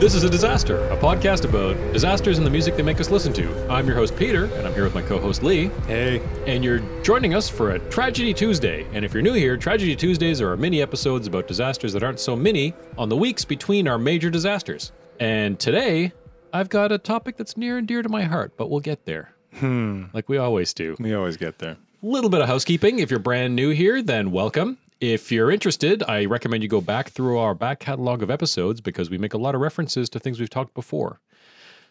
This is a disaster, a podcast about disasters and the music they make us listen to. I'm your host Peter, and I'm here with my co-host Lee. Hey. and you're joining us for a Tragedy Tuesday. And if you're new here, Tragedy Tuesdays are our mini episodes about disasters that aren't so mini on the weeks between our major disasters. And today, I've got a topic that's near and dear to my heart, but we'll get there. Hmm. Like we always do. We always get there. little bit of housekeeping. If you're brand new here, then welcome. If you're interested, I recommend you go back through our back catalog of episodes because we make a lot of references to things we've talked before.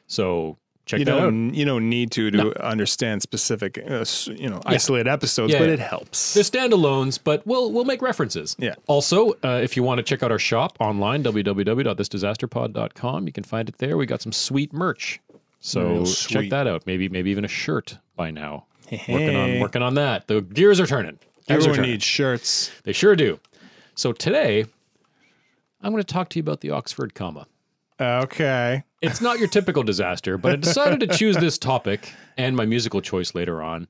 So check You that out. don't you don't need to to understand specific uh, s- you know isolated episodes, Yeah, but yeah. it helps. They're standalones, but we'll we'll make references. Yeah. Also, uh, if you want to check out our shop online, www.thisdisasterpod.com, you can find it there. We got some sweet merch, so Real check sweet. that out. Maybe maybe even a shirt by now. Working on hey. working on that. The gears are turning. Gears are Everyone turning. needs shirts. They sure do. So today, I'm going to talk to you about the Oxford comma. Okay. It's not your typical disaster, but I decided to choose this topic and my musical choice later on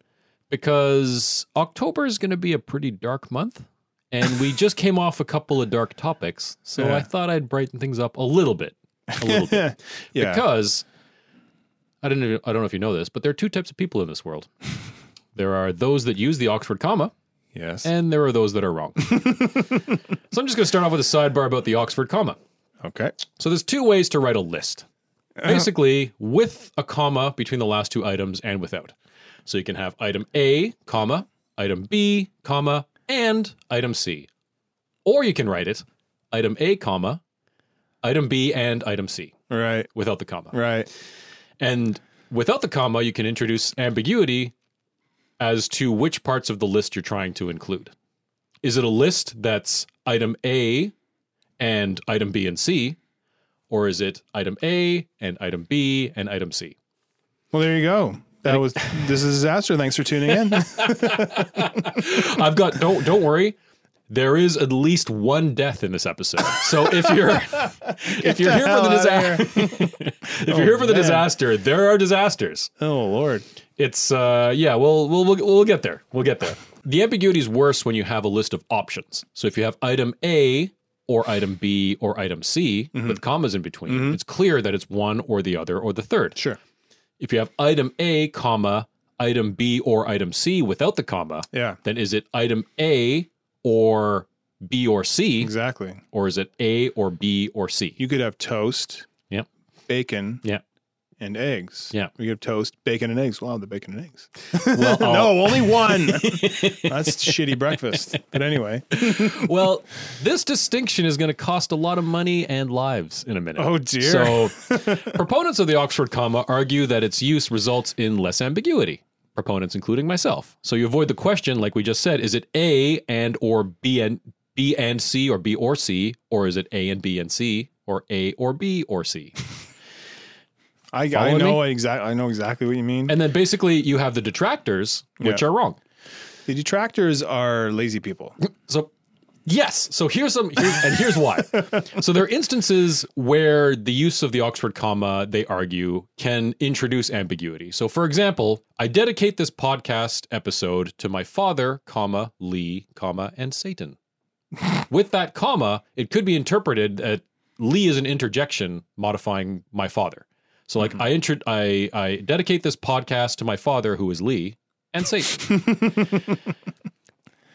because October is going to be a pretty dark month. And we just came off a couple of dark topics. So Yeah. I thought I'd brighten things up a little bit. A little bit. yeah. yeah. Eh, Because I don't know, I don't know if you know this, but there are two types of people in this world. There are those that use the Oxford comma, Yes. and there are those that are wrong. so I'm just going to start off with a sidebar about the Oxford comma. okay. So there's two ways to write a list. Basically, with a comma between the last two items and without. So you can have item A, comma, item B, comma, and item C. Or you can write it item A, comma, item B and item C Right. without the comma. Right. And without the comma, you can introduce ambiguity as to which parts of the list you're trying to include. Is it a list that's item A and item B and C, or is it item A and item B and item C? Well, there you go. That was this is a disaster. Thanks for tuning in. I've got don't don't worry. There is at least one death in this episode. So if you're if you're here for the hell disaster, outta Oh, if you're here for the man. disaster, there are disasters. oh Lord. It's uh yeah, we'll we'll we'll, we'll get there. We'll get there. The ambiguity is worse when you have a list of options. So if you have item A or item B or item C Mm-hmm. with commas in between, it's clear that it's one or the other or the third. Sure. If you have item A, comma, item B or item C without the comma, Yeah. then is it item A or B or C Exactly. or is it A or B or C? You could have toast. Yep. Bacon. Yeah. And eggs. Yeah. We could have toast, bacon, and eggs. Wow, the bacon and eggs. Well, uh, I'll- no, only one. That's shitty breakfast. But anyway. well, this distinction is going to cost a lot of money and lives in a minute. Oh, dear. So, proponents of the Oxford comma argue that its use results in less ambiguity. Proponents, including myself. So you avoid the question, like we just said: is it A and or B and B and C or B or C, or is it A and B and C, or A or B or C? I, I Follow know exactly. I know exactly what you mean. And then basically you have the detractors, which Yeah. are wrong. the detractors are lazy people. So yes, so here's some here's, and here's why. So there are instances where the use of the Oxford comma, they argue, can introduce ambiguity. So for example, I dedicate this podcast episode to my father, comma, Lee, comma, and Satan. With that comma, it could be interpreted that Lee is an interjection modifying my father. So like I, intro- I I dedicate this podcast to my father who is Lee and Satan.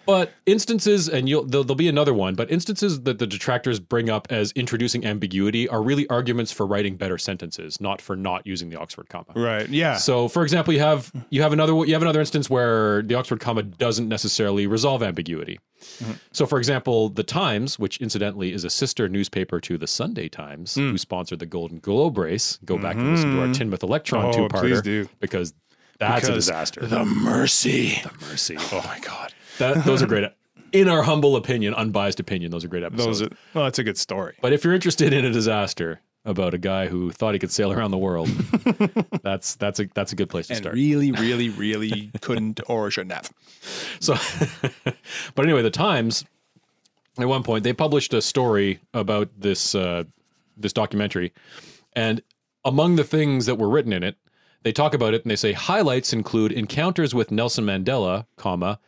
But instances, and you'll there'll, there'll be another one. But instances that the detractors bring up as introducing ambiguity are really arguments for writing better sentences, not for not using the Oxford comma. Right. Yeah. So, for example, you have you have another you have another instance where the Oxford comma doesn't necessarily resolve ambiguity. Mm-hmm. So, for example, the Times, which incidentally is a sister newspaper to the Sunday Times, Mm. who sponsored the Golden Globe race. Go back and listen to our Tinmouth Electron Oh, two please parter do. because that's a Because disaster. the mercy. Mercy. Oh my God. That, those are great. In our humble opinion, unbiased opinion, those are great episodes. Those. Are, well, that's a good story. but if you're interested in a disaster about a guy who thought he could sail around the world, that's that's a that's a good place to start. really, really, really couldn't or shouldn't have. So, but anyway, the Times at one point they published a story about this uh, this documentary, and among the things that were written in it, they talk about it and they say highlights include encounters with Nelson Mandela, comma,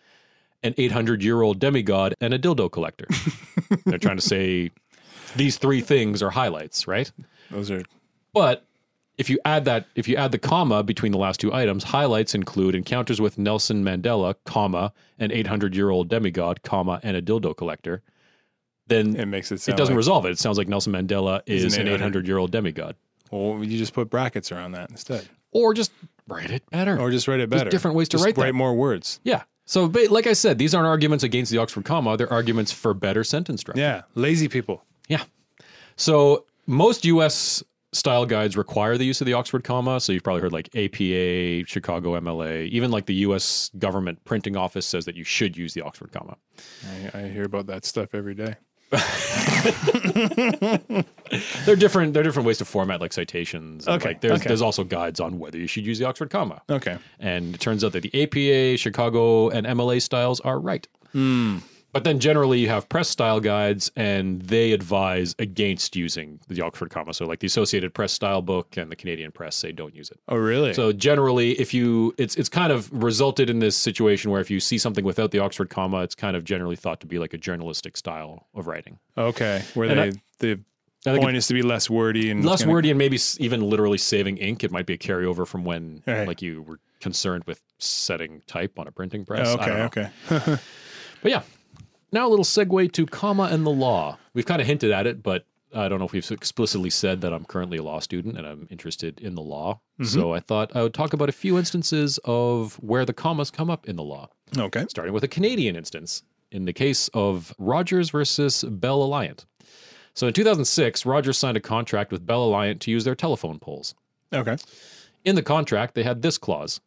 an 800 year old demigod and a dildo collector. They're trying to say these three things are highlights, right? Those are But if you add that, if you add the comma between the last two items, highlights include encounters with Nelson Mandela, comma, an 800 year old demigod, comma, and a dildo collector. Then it makes it sound it doesn't like, resolve it. It sounds like Nelson Mandela He's is an an 800. 800 year old demigod. well, you just put brackets around that instead. Or just write it better. Or just write it There's better. different ways to Just write that. write more words. yeah. So, but like I said, these aren't arguments against the Oxford comma. They're arguments for better sentence structure. Yeah. Lazy people. So most U.S. style guides require the use of the Oxford comma. So you've probably heard like APA, Chicago MLA, even like the U.S. government printing office says that you should use the Oxford comma. I, I hear about that stuff every day. They're different. They're different ways to format like citations. and, Okay, Like there's okay. there's also guides on whether you should use the Oxford comma. Okay. And it turns out that the APA, Chicago, and MLA styles are right. Hmm. But then generally you have press style guides and they advise against using the Oxford comma. So like the Associated Press style book and the Canadian Press say don't use it. Oh, really? So generally, if you, it's it's kind of resulted in this situation where if you see something without the Oxford comma, it's kind of generally thought to be like a journalistic style of writing, okay. Where And they, I- the think point is to be less wordy and less kinda- wordy, and maybe s- even literally saving ink. It might be a carryover from when Right. like you were concerned with setting type on a printing press. Oh, I don't okay. know. Okay. But yeah, now a little segue to comma and the law. We've kind of hinted at it, but I don't know if we've explicitly said that I'm currently a law student and I'm interested in the law. So I thought I would talk about a few instances of where the commas come up in the law. Okay. starting with a Canadian instance in the case of Rogers versus Bell Alliant. So in 2006, Rogers signed a contract with Bell Alliant to use their telephone poles. Okay. In the contract, they had this clause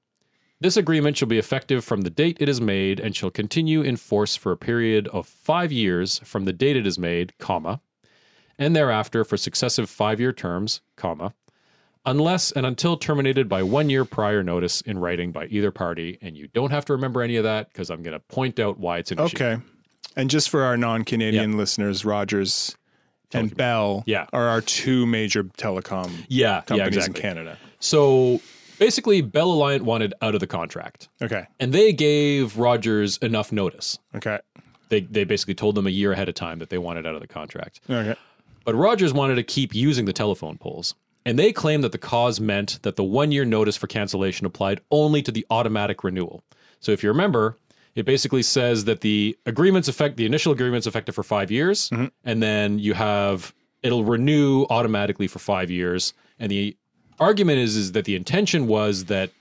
This agreement shall be effective from the date it is made and shall continue in force for a period of five years from the date it is made, comma, and thereafter for successive five year terms, comma, unless and until terminated by one year prior notice in writing by either party. And you don't have to remember any of that because I'm going to point out why it's an issue. Okay. And just for our non-Canadian listeners, Rogers and Bell Yeah. are our two major telecom Yeah, companies yeah, exactly. in Canada. So basically, Bell Alliant wanted out of the contract, Okay. and they gave Rogers enough notice. Okay. They they basically told them a year ahead of time that they wanted out of the contract. Okay. But Rogers wanted to keep using the telephone poles, and they claimed that the cause meant that the one year notice for cancellation applied only to the automatic renewal. So if you remember. It basically says that the agreements affect the initial agreements effective for five years, and then you have it'll renew automatically for five years. And the argument is is that the intention was that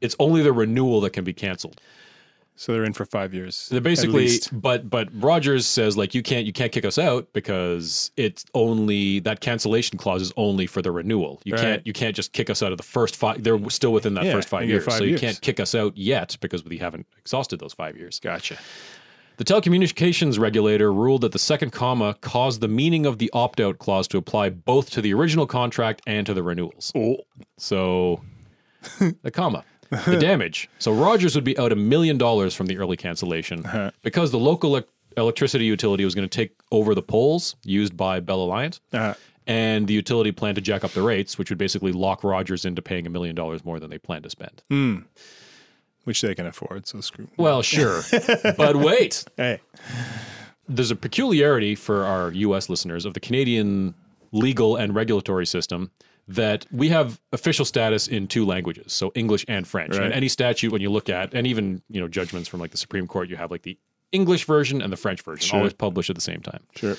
it's only the renewal that can be canceled. So they're in for five years. They're at basically, least. but but Rogers says like you can't you can't kick us out because it's only that cancellation clause is only for the renewal. You Right. can't you can't just kick us out of the first five. They're still within that Yeah, first five you get years, five so you years. can't kick us out yet because we haven't exhausted those five years. Gotcha. The telecommunications regulator ruled that the second comma caused the meaning of the opt out clause to apply both to the original contract and to the renewals. Oh. So the comma. The damage. So Rogers would be out a million dollars from the early cancellation because the local elec electricity utility was going to take over the poles used by Bell Alliant, Uh, and the utility planned to jack up the rates, which would basically lock Rogers into paying a million dollars more than they planned to spend. which they can afford. So screw. Well, sure, but wait. Hey. there's a peculiarity for our US listeners of the Canadian legal and regulatory system that we have official status in two languages, so English and French. Right. And any statute when you look at and even, you know, judgments from like the Supreme Court, you have like the English version and the French version always published at the same time. Sure.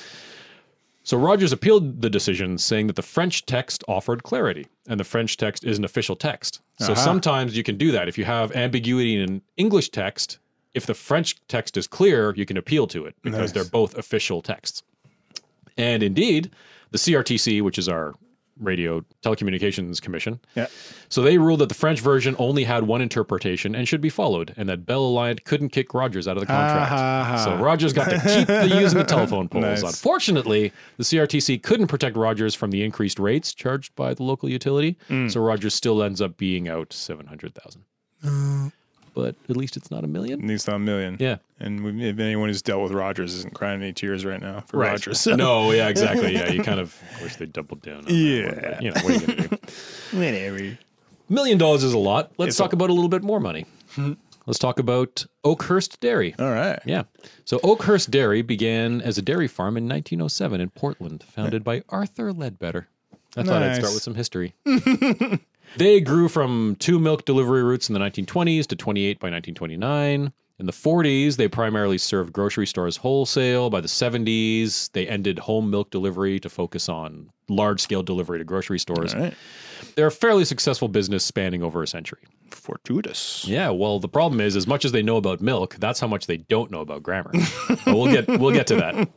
So Rogers appealed the decision, saying that the French text offered clarity, and the French text is an official text. So Aha. sometimes you can do that. If you have ambiguity in an English text, if the French text is clear, you can appeal to it because Nice. they're both official texts. And indeed, the CRTC, which is our radio telecommunications commission, Yeah. so they ruled that the French version only had one interpretation and should be followed, and that Bell Alliant couldn't kick Rogers out of the contract. Ah. So Rogers got to keep the using the telephone poles. Nice. Unfortunately, the CRTC couldn't protect Rogers from the increased rates charged by the local utility, so Rogers still ends up being out seven hundred thousand. Uh. But at least it's not a million. At least on a million. Yeah. And we, if anyone who's dealt with Rogers isn't crying any tears right now for Rogers. no, yeah, exactly. Yeah, you kind of wish they doubled down. On that one, Yeah. but, you know what are you going to do? Whatever. Million dollars is a lot. Let's It's talk about a Hmm. little bit more money. Let's talk about Oakhurst Dairy. All right. Yeah. So oh Oakhurst Dairy began as a dairy farm in 1907 in Portland, founded by Arthur Ledbetter. I thought I'd Nice. start with some history. they grew from two milk delivery routes in the 1920s to 28 by 1929. In the 40s, they primarily served grocery stores wholesale. By the 70s, they ended home milk delivery to focus on large scale delivery to grocery stores. All right. They're a fairly successful business spanning over a century. Fortuitous. Yeah, well, the problem is, as much as they know about milk, that's how much they don't know about grammar. but we'll get we'll get to that.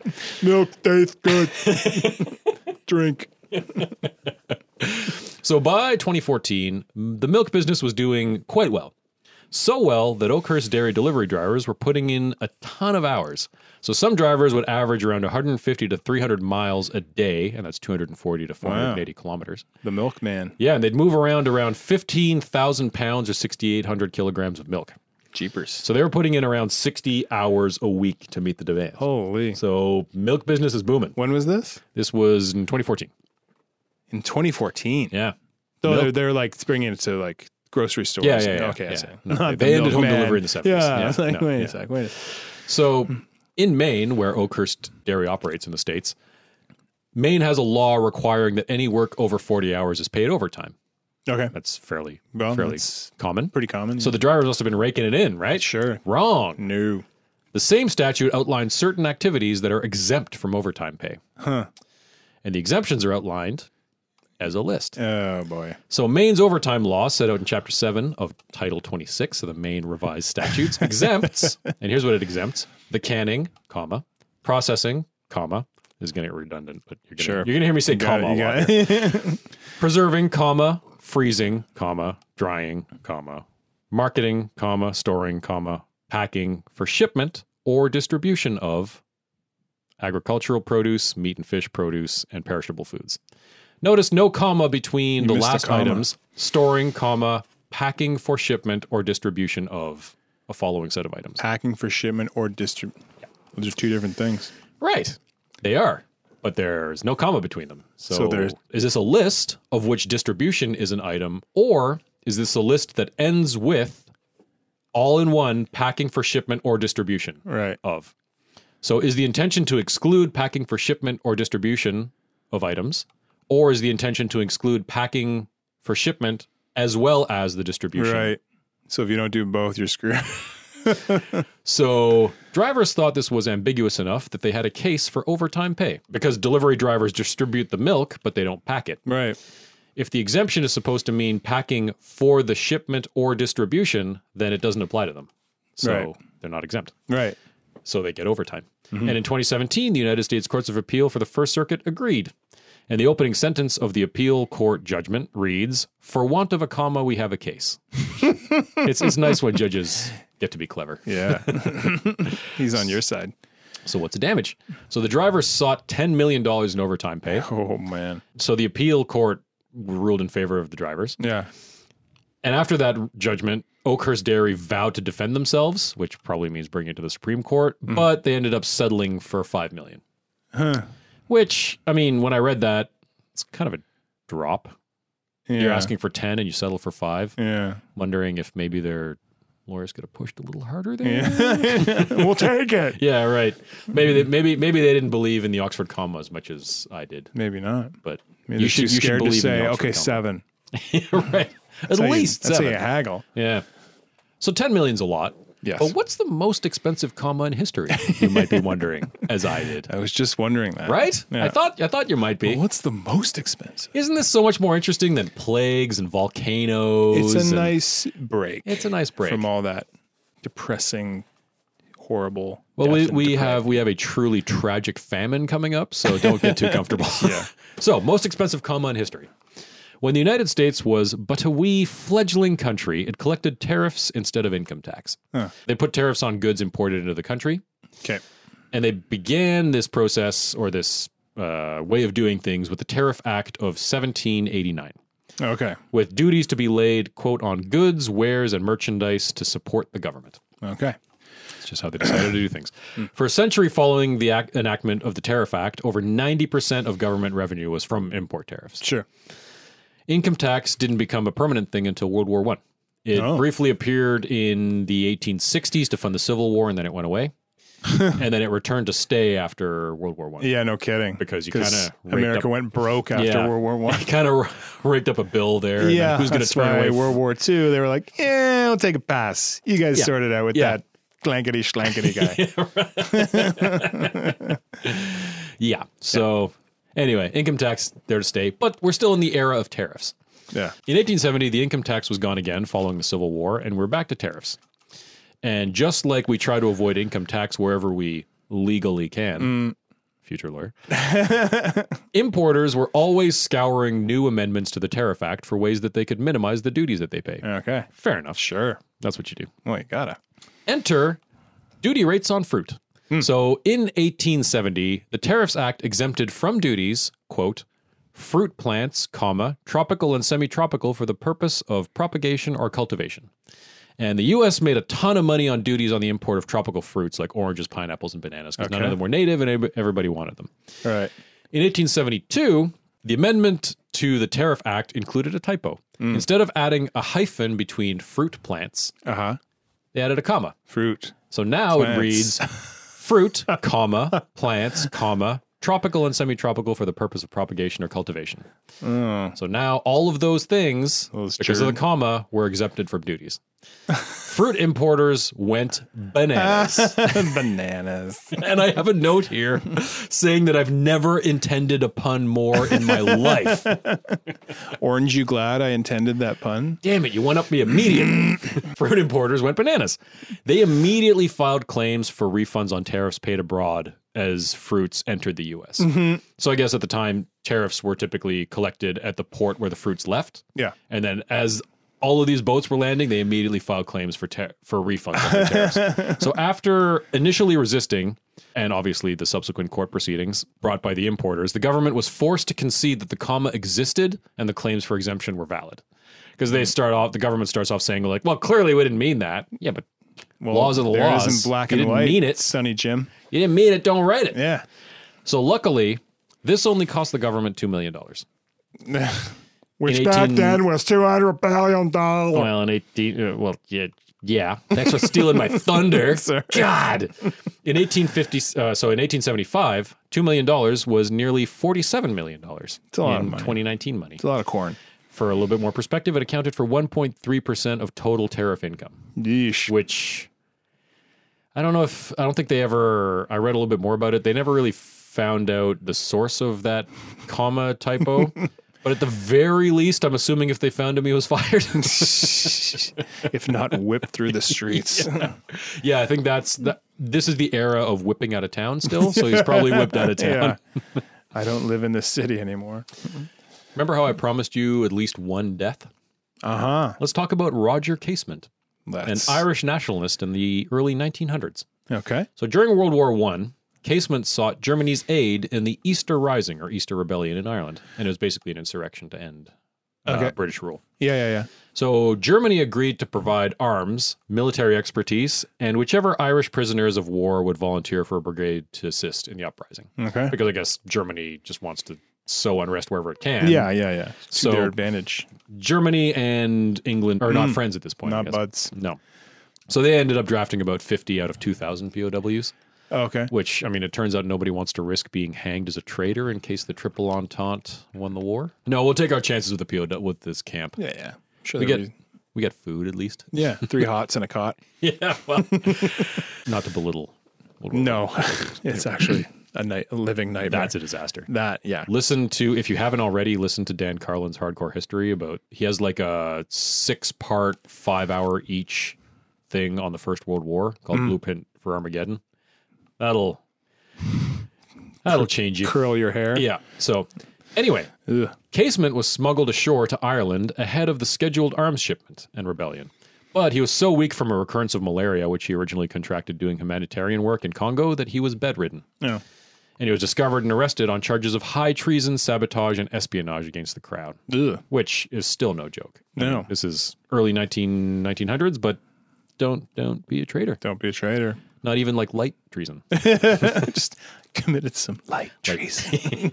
Milk tastes good. Drink. So by 2014, m- the milk business was doing quite well. So well that Oakhurst dairy delivery drivers were putting in a ton of hours. So some drivers would average around 150 to 300 miles a day, and that's 240 to 480 kilometers. The milkman. Yeah, and they'd move around around 15,000 pounds or 6,800 kilograms of milk. Jeepers. So they were putting in around 60 hours a week to meet the demand. Holy. So milk business is booming. When was this? This was in 2014. In 2014. Yeah. So Milk- they're, they're like bringing it to like grocery stores. Yeah, yeah, yeah, okay. I yeah. see. No, Not they the ended home milkman. delivery in the 70s. Yeah. Yeah, I was like, no, wait yeah. a sec. Wait a sec. So in Maine, where Oakhurst Dairy operates in the States, Maine has a law requiring that any work over 40 hours is paid overtime. Okay. That's fairly, Well, fairly that's common. pretty common. So the drivers must have been raking it in, right? sure. Wrong. No. The same statute outlines certain activities that are exempt from overtime pay. Huh. And the exemptions are outlined as a list. Oh boy. So Maine's overtime law set out in Chapter 7 of Title 26 of the Maine Revised Statutes exempts, and here's what it exempts, the canning, comma, processing, comma, this is going to get redundant, but you're going Sure. to hear me say Got comma it, a you lot. got here. it. Preserving, comma, freezing, comma, drying, comma, marketing, comma, storing, comma, packing for shipment or distribution of agricultural produce, meat and fish produce, and perishable foods. Notice no comma between You the missed a last comma. items. Storing, comma, packing for shipment or distribution of a following set of items. Packing for shipment or distribution. Those are two different things. Right. They are. But there's no comma between them. So, So there's- is this a list of which distribution is an item, or is this a list that ends with all in one packing for shipment or distribution? Right. of. So is the intention to exclude packing for shipment or distribution of items, or is the intention to exclude packing for shipment as well as the distribution? Right. So if you don't do both, you're screwed. So drivers thought this was ambiguous enough that they had a case for overtime pay because delivery drivers distribute the milk, but they don't pack it. right. If the exemption is supposed to mean packing for the shipment or distribution, then it doesn't apply to them. So Right. they're not exempt. Right. so they get overtime. And in 2017, the United States Courts of Appeal for the First Circuit agreed. And the opening sentence of the appeal court judgment reads, For want of a comma, we have a case. it's, it's nice when judges get to be clever. Yeah. He's on your side. So, what's the damage? So, the driver sought $10 million in overtime pay. Oh man. So, the appeal court ruled in favor of the drivers. Yeah. And after that judgment, Oakhurst Dairy vowed to defend themselves, which probably means bring it to the Supreme Court, but they ended up settling for five million. Hmm. Huh. Which, I mean, when I read that, it's kind of a drop. Yeah. You're asking for ten and you settle for five. Yeah. Wondering if maybe their lawyers could have pushed a little harder there. Yeah, Yeah. we'll take it. right. Maybe they maybe maybe they didn't believe in the Oxford comma as much as I did. Maybe not. But Maybe You you should- should, you too should scared to believe in say, the Oxford okay, comma. seven. right. At That's how you- least that's how seven. you haggle. Yeah. So 10 million's a lot. Yes. But what's the most expensive comma in history? You might be wondering, as I did. I was just wondering that. Right? Yeah. I thought I thought you might be. What's the most expensive? Isn't this so much more interesting than plagues and volcanoes? It's a and- nice break. It's a nice break. from all that depressing, horrible. well, we, death and we depravity. have we have a truly tragic famine coming up, so don't get too comfortable. yeah. So, most expensive comma in history. When the United States was but a wee fledgling country, it collected tariffs instead of income tax. Huh. They put tariffs on goods imported into the country. Okay. and they began this process or this uh, way of doing things with the Tariff Act of 1789, Okay. with duties to be laid, quote, on goods, wares, and merchandise to support the government. Okay. It's just how they decided to do things. For a century following the act- enactment of the Tariff Act, over 90% of government revenue was from import tariffs. Sure. Income tax didn't become a permanent thing until World War I. It Oh. briefly appeared in the 1860s to fund the Civil War, and then it went away. and then it returned to stay after World War One. Yeah, no kidding. Because you kinda raked America up- went broke after Yeah. World War One. Kind of raked up a bill there. and yeah, then who's going to that's turn why away? World War Two? They were like, yeah, we'll take a pass. You guys Yeah. sort it out with Yeah. that clankety schlankety guy. yeah. So anyway, income tax there to stay, but we're still in the era of tariffs. yeah. In 1870, the income tax was gone again following the Civil War, and we're back to tariffs. And just like we try to avoid income tax wherever we legally can, future lawyer, importers were always scouring new amendments to the Tariff Act for ways that they could minimize the duties that they pay. Okay. Fair enough. Sure. That's what you do. Well, you gotta. Enter duty rates on fruit. So in 1870, the Tariffs Act exempted from duties, quote, fruit plants, comma, tropical and semi-tropical for the purpose of propagation or cultivation. And the US made a ton of money on duties on the import of tropical fruits like oranges, pineapples, and bananas because none Okay. of them were native and ev- everybody wanted them. All right. In 1872, the amendment to the Tariff Act included a typo. Instead of adding a hyphen between fruit plants, Uh huh. they added a comma. Fruit. So now it Plants. reads fruit, comma, plants, comma, tropical and semi-tropical for the purpose of propagation or cultivation. So now all of those things Those because of germ- the comma were exempted from duties. Fruit importers went bananas. Bananas. and I have a note here saying that I've never intended a pun more in my life. Orange, you glad I intended that pun? Damn it, you went up me immediately. Fruit importers went bananas. They immediately filed claims for refunds on tariffs paid abroad as fruits entered the US. So I guess at the time, tariffs were typically collected at the port where the fruits left. Yeah. And then as all of these boats were landing, they immediately filed claims for tar- for refunds on their tariffs. So after initially resisting, and obviously the subsequent court proceedings brought by the importers, the government was forced to concede that the comma existed and the claims for exemption were valid. Because they start off, the government starts off saying like, "Well, clearly we didn't mean that." Yeah, but Well, Laws are the there laws. Isn't black You and didn't white. mean it. Sonny Jim. you didn't mean it. Don't write it. Yeah. So luckily, this only cost the government two million dollars. Which In 18 was two hundred billion dollars. Well, in 18, uh, well, yeah, yeah. Thanks for stealing my thunder. Sorry. God. In 1850, uh, so in 1875, $2 million was nearly $47 million a lot in of money. 2019 money. It's a lot of corn. For a little bit more perspective, it accounted for 1.3% of total tariff income, Yeesh. which I don't know if, I don't think they ever, I read a little bit more about it. They never really found out the source of that comma typo. But at the very least, I'm assuming if they found him, he was fired. if not whipped through the streets. Yeah, I think that's that. This is the era of whipping out of town still, so he's probably whipped out of town. yeah. I don't live in this city anymore. Remember how I promised you at least one death? Uh huh. Let's talk about Roger Casement, an Irish nationalist in the early 1900s. Okay. So during World War One, Casement sought Germany's aid in the Easter Rising or Easter Rebellion in Ireland, and it was basically an insurrection to end uh, Okay. British rule. Yeah, yeah, yeah. So Germany agreed to provide arms, military expertise, and whichever Irish prisoners of war would volunteer for a brigade to assist in the uprising. Okay. because I guess Germany just wants to sow unrest wherever it can. Yeah, yeah, yeah. It's So- to their advantage, Germany and England are not friends at this point. I Hmm. not guess. buds. No. So they ended up drafting about 50 out of 2,000 POWs, Okay. which, I mean, it turns out nobody wants to risk being hanged as a traitor in case the Triple Entente won the war. No, we'll take our chances with the POW with this camp. Yeah, yeah. Sure. we there get was- we get food at least. yeah, three hots and a cot. yeah, well, not to belittle. World War No, it's actually a night, a living nightmare. That's a disaster. that. Yeah. listen to if you haven't already listen to dan carlin's hardcore history about he has like a six part five hour each thing on the first world war called blueprint for armageddon that'll that'll change you Curl your hair. yeah so anyway Ugh. casement was smuggled ashore to ireland ahead of the scheduled arms shipment and rebellion but he was so weak from a recurrence of malaria which he originally contracted doing humanitarian work in congo that he was bedridden No. and he was discovered and arrested on charges of high treason, sabotage, and espionage against the crown, Ugh. which is still no joke. I No. mean, this is early 19, 1900s, but don't don't be a traitor. Don't be a traitor. Not even like light treason. Just committed some light treason.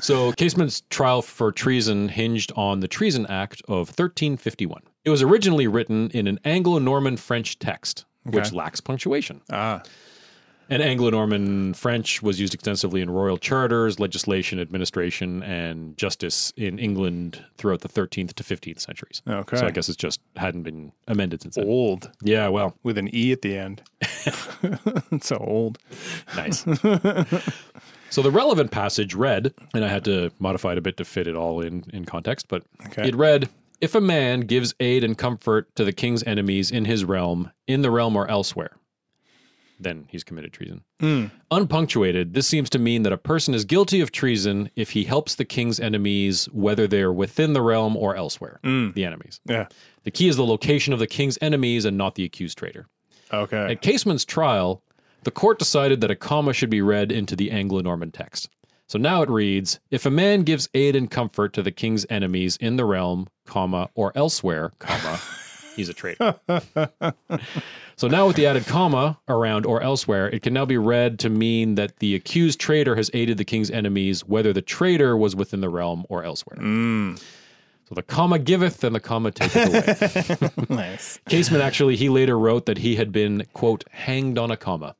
so Casement's trial for treason hinged on the Treason Act of 1351. It was originally written in an Anglo-Norman French text, which Okay. lacks punctuation. ah. And Anglo-Norman French was used extensively in royal charters, legislation, administration, and justice in England throughout the 13th to 15th centuries. Okay. Oh. So I guess it's just hadn't been amended since then. old Yeah, well, with an E at the end. it's so old. nice. so the relevant passage read, and I had to modify it a bit to fit it all in in context, but Okay. it read if a man gives aid and comfort to the king's enemies in his realm, in the realm or elsewhere, then he's committed treason. Unpunctuated, this seems to mean that a person is guilty of treason if he helps the king's enemies, whether they are within the realm or elsewhere. The enemies. Yeah. The key is the location of the king's enemies and not the accused traitor. Okay. At Caseman's trial, the court decided that a comma should be read into the Anglo Norman text. So now it reads If a man gives aid and comfort to the king's enemies in the realm, comma, or elsewhere, comma, he's a traitor. so now with the added comma around or elsewhere, it can now be read to mean that the accused traitor has aided the king's enemies, whether the traitor was within the realm or elsewhere. So the comma giveth and the comma taketh away. nice. Caseman actually, he later wrote that he had been, quote, hanged on a comma.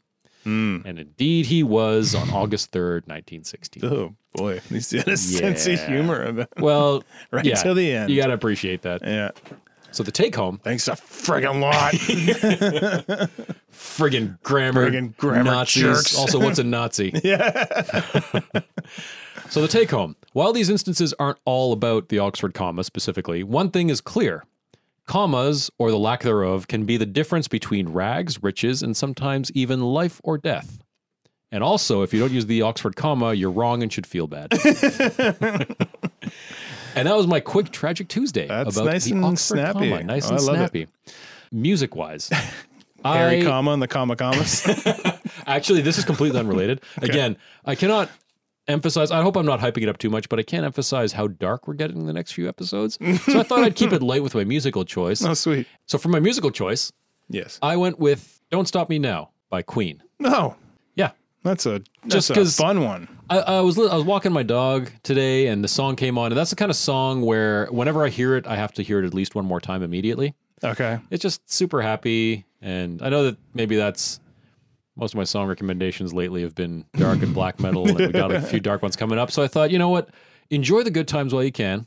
Hmm. And indeed he was on August 3rd, 1916. Oh boy, he's got a sense of Yeah. humor of it. Well, Right yeah, till the end. You got to appreciate that. Yeah. So the take home, Thanks a friggin' lot. friggin' grammar. Friggin' grammar Nazis. jerks. Also, what's a Nazi? yeah. so the take home, while these instances aren't all about the Oxford comma specifically, one thing is clear. Commas, or the lack thereof, can be the difference between rags, riches, and sometimes even life or death. And also, if you don't use the Oxford comma, you're wrong and should feel bad. and that was my quick Tragic Tuesday That's about nice the and Oxford snappy. comma. Nice Oh, and I love it. snappy. Music wise, Harry I comma and the comma commas. actually this is completely unrelated. Again, I cannot emphasize. I hope I'm not hyping it up too much, but I can't emphasize how dark we're getting in the next few episodes. So I thought I'd keep it light with my musical choice. oh sweet. So for my musical choice, Yes. I went with "Don't Stop Me Now" by Queen. No. Yeah, That's a Just just 'cause- a fun one. I, I was li- I was walking my dog today, and the song came on, and that's the kind of song where whenever I hear it, I have to hear it at least one more time immediately. Okay. It's just super happy, and I know that maybe that's most of my song recommendations lately have been dark and black metal, and we got a few dark ones coming up. So I thought, you know what, enjoy the good times while you can,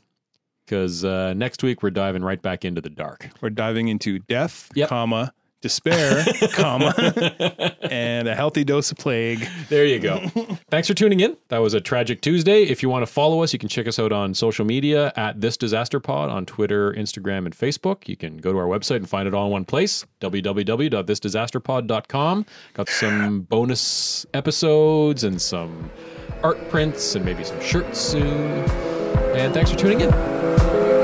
because uh, next week we're diving right back into the dark. We're diving into death, Yep. comma, despair, comma, and a healthy dose of plague. There you go. Thanks for tuning in. That was a tragic Tuesday. If you want to follow us, you can check us out on social media at This Disaster Pod on Twitter, Instagram, and Facebook. You can go to our website and find it all in one place www.thisdisasterpod.com. Got some bonus episodes and some art prints and maybe some shirts soon. And thanks for tuning in.